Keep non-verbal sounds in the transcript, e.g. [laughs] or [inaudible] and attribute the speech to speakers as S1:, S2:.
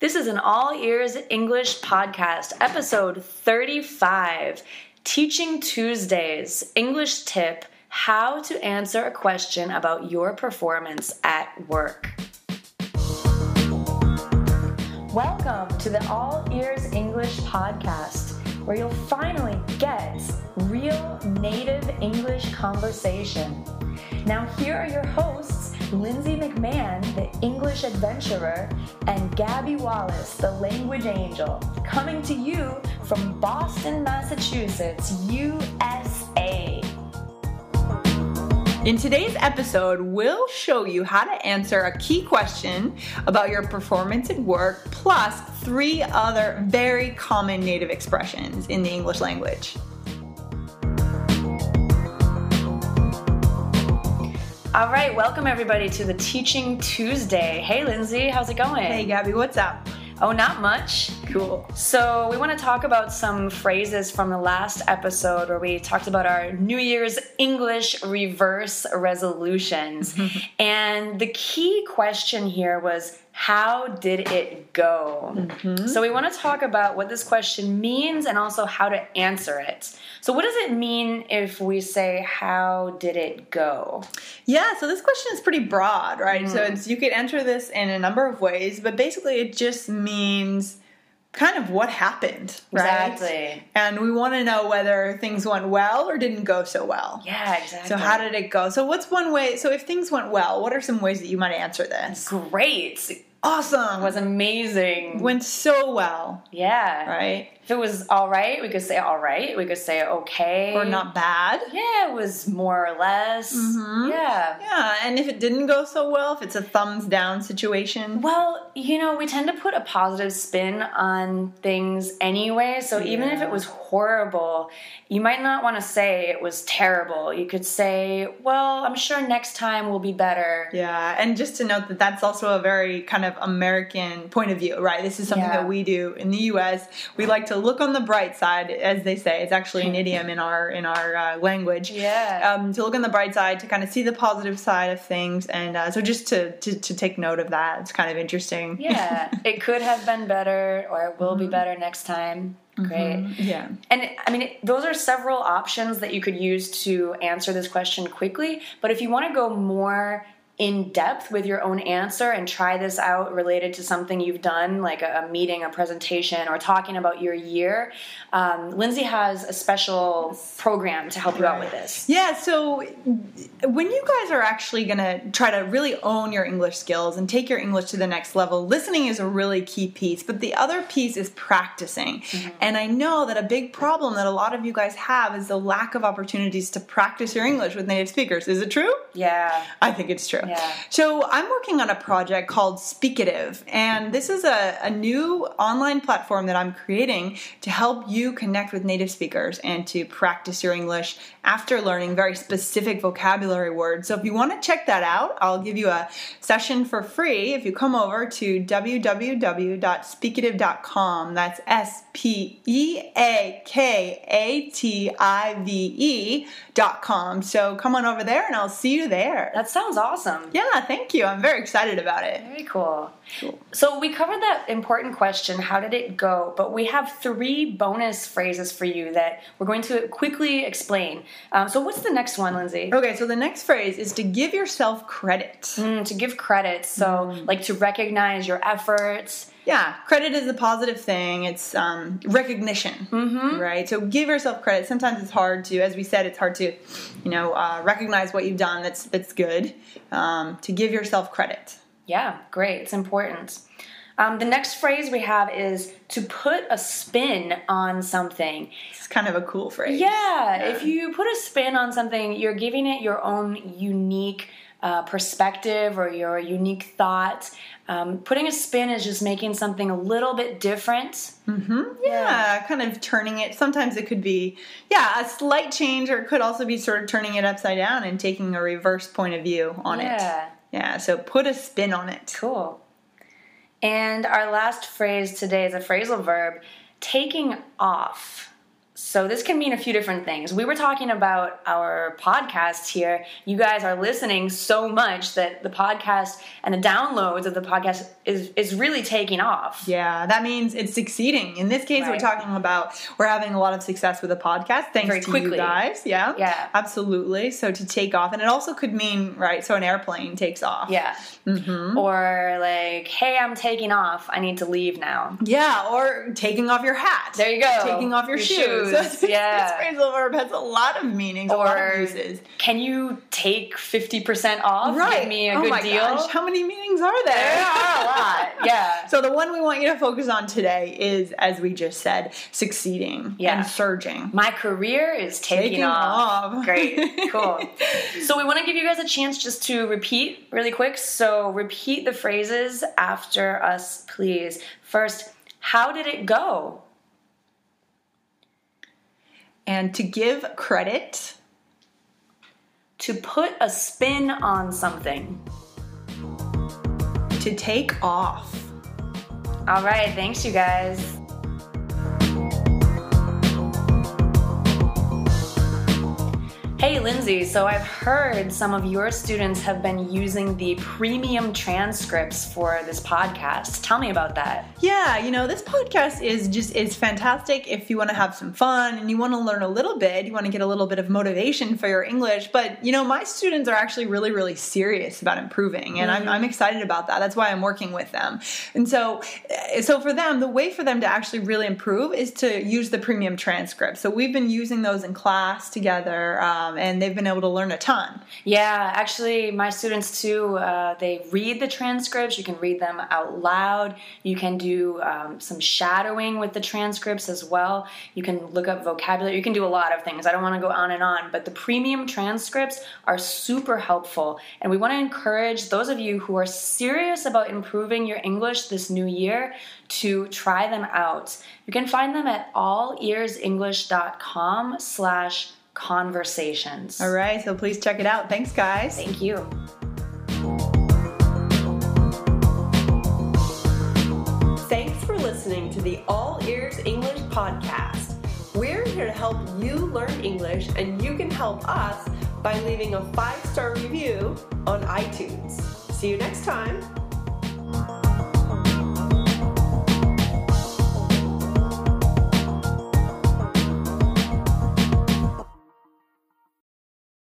S1: This is an all ears English podcast, episode 35 Teaching Tuesdays English tip how to answer a question about your performance at work. Welcome to the All Ears English podcast, where you'll finally get real native English conversation. Now, here are your hosts, Lindsay McMahon, the English adventurer, and Gabby Wallace, the language angel, coming to you from Boston, Massachusetts, USA.
S2: In today's episode, we'll show you how to answer a key question about your performance at work, plus three other very common native expressions in the English language.
S1: All right, welcome everybody to the Teaching Tuesday. Hey, Lindsay, how's it going?
S2: Hey, Gabby, what's up?
S1: Oh, not much.
S2: Cool.
S1: So, we want to talk about some phrases from the last episode where we talked about our New Year's English reverse
S2: [laughs]
S1: resolutions. and the key question here was how did it go?
S2: Mm-hmm.
S1: So, we want to talk about what this question means and also how to answer it. So, what does it mean if we say, How did it go?
S2: Yeah, so this question is pretty broad, right? So it's, you could answer this in a number of ways, but basically it just means kind of what happened, right?
S1: Exactly.
S2: And we want to know whether things went well or didn't go so well.
S1: Yeah, exactly.
S2: So how did it go? So what's one way? So if things went well, what are some ways that you might answer this?
S1: Great. It
S2: Awesome.
S1: was amazing.
S2: went so well,
S1: yeah.
S2: right?
S1: If it was all right, we could say all right. We could say okay.
S2: Or not bad.
S1: Yeah, it was more or less.
S2: Mm-hmm.
S1: Yeah.
S2: Yeah, and if it didn't go so well, if it's a thumbs down situation.
S1: Well, you know, we tend to put a positive spin on things anyway. So even if it was horrible, you might not want to say it was terrible. You could say, well, I'm sure next time will be better.
S2: Yeah, and just to note that that's also a very kind of American point of view, right? This is something
S1: Yeah.
S2: that we do in the U.S. We like to look on the bright side, as they say. It's actually
S1: [laughs]
S2: an idiom in our in our uh, language.
S1: Yeah.
S2: Um, to look on the bright side, to kind of see the positive side of things, and uh, so just to, to to take note of that. It's kind of interesting. [laughs]
S1: Yeah, it could have been better or it will
S2: Mm-hmm.
S1: be better next time. Great.
S2: yeah.
S1: And I mean, it- those are several options that you could use to answer this question quickly. But if you want to go more in depth with your own answer and try this out related to something you've done, like a, a meeting, a presentation, or talking about your year, um, Lindsay has a special program to help you out with this.
S2: Yeah, so when you guys are actually going to try to really own your English skills and take your English to the next level, listening is a really key piece, but the other piece is practicing. And I know that a big problem that a lot of you guys have is the lack of opportunities to practice your English with native speakers. Is it true?
S1: Yeah.
S2: I think it's true.
S1: Yeah.
S2: So I'm working on a project called Speakative, and this is a, a new online platform that I'm creating to help you connect with native speakers and to practice your English after learning very specific vocabulary words. So if you want to check that out, I'll give you a session for free if you come over to www.speakative.com. That's S P E A K A T I V E dot com. So come on over there and I'll see you there.
S1: That sounds awesome.
S2: Yeah, thank you. I'm very excited about it.
S1: Very cool. So we covered that important question, how did it go? But we have three bonus phrases for you that we're going to quickly explain. Um, so what's the next one, Lindsay?
S2: Okay, so the next phrase is to give yourself credit.
S1: Mm, to give credit, so like to recognize your efforts.
S2: Yeah, credit is a positive thing. It's um, recognition, mm-hmm. right? So give yourself credit. Sometimes it's hard to, as we said, it's hard to, you know, uh, recognize what you've done. That's that's good. Um, to give yourself credit.
S1: Yeah, great. It's important. Um, the next phrase we have is to put a spin on something.
S2: It's kind of a cool phrase.
S1: Yeah, if you put a spin on something, you're giving it your own unique uh, perspective or your unique thought. Um, putting a spin is just making something a little bit different. Mm-hmm.
S2: Yeah, kind of turning it. Sometimes it could be, yeah, a slight change, or it could also be sort of turning it upside down and taking a reverse point of view on it.
S1: Yeah.
S2: Yeah, so put a spin on it.
S1: Cool. And our last phrase today is a phrasal verb taking off. So this can mean a few different things. We were talking about our podcasts here. You guys are listening so much that the podcast and the downloads of the podcast is is really taking off.
S2: Yeah, that means it's succeeding. In this case, we're
S1: Right.
S2: talking about we're having a lot of success with the podcast thanks
S1: Very
S2: to you
S1: quickly.
S2: guys. Yeah,
S1: Yeah.
S2: absolutely. So to take off, and it also could mean right. So an airplane takes off.
S1: Yeah.
S2: Mm-hmm.
S1: Or like, hey, I'm taking off. I need to leave now.
S2: Yeah, or taking off your hat.
S1: There you go.
S2: Taking off your,
S1: Your
S2: shoes.
S1: shoes,
S2: [laughs] This- this
S1: yeah.
S2: phrasal verb has a lot of meanings, a lot of
S1: Or-
S2: uses.
S1: Can you take 50% off? Give me a
S2: oh
S1: good
S2: my
S1: deal.
S2: gosh,
S1: [laughs]
S2: how many meanings are there?
S1: There are a lot. Yeah.
S2: [laughs] So the one we want you to focus on today is, as we just said, succeeding
S1: Yeah.
S2: and surging.
S1: My career is taking,
S2: Taking off.
S1: Great.
S2: [laughs]
S1: Cool. so we want to give you guys a chance just to repeat really quick. So repeat the phrases after us, please. First, how did it go?
S2: And to give credit,
S1: To put a spin on something.
S2: to take off.
S1: All right, thanks you guys. Hey Lindsay, so I've heard some of your students have been using the premium transcripts for this podcast. Tell me about that.
S2: Yeah, you know, this podcast is just is fantastic if you want to have some fun and you want to learn a little bit, you want to get a little bit of motivation for your English, but you know, my students are actually really really serious about improving and I'm I'm excited about that. That's why I'm working with them. And so uh, so for them, the way for them to actually really improve is to use the premium transcript. So we've been using those in class together um, and they've been able to learn a ton.
S1: Yeah, actually, my students too, uh, they read the transcripts. You can read them out loud. You can do um, some shadowing with the transcripts as well. You can look up vocabulary. You can do a lot of things. I don't want to go on and on, but the premium transcripts are super helpful. And we want to encourage those of you who are serious about improving your English this new year to try them out. You can find them at allearsenglish.com slash conversations.
S2: All right, so please check it out. Thanks guys.
S1: Thank you.
S3: Thanks for listening to the All Ears English Podcast. We're here to help you learn English, and you can help us by leaving a five star review on iTunes. See you next time.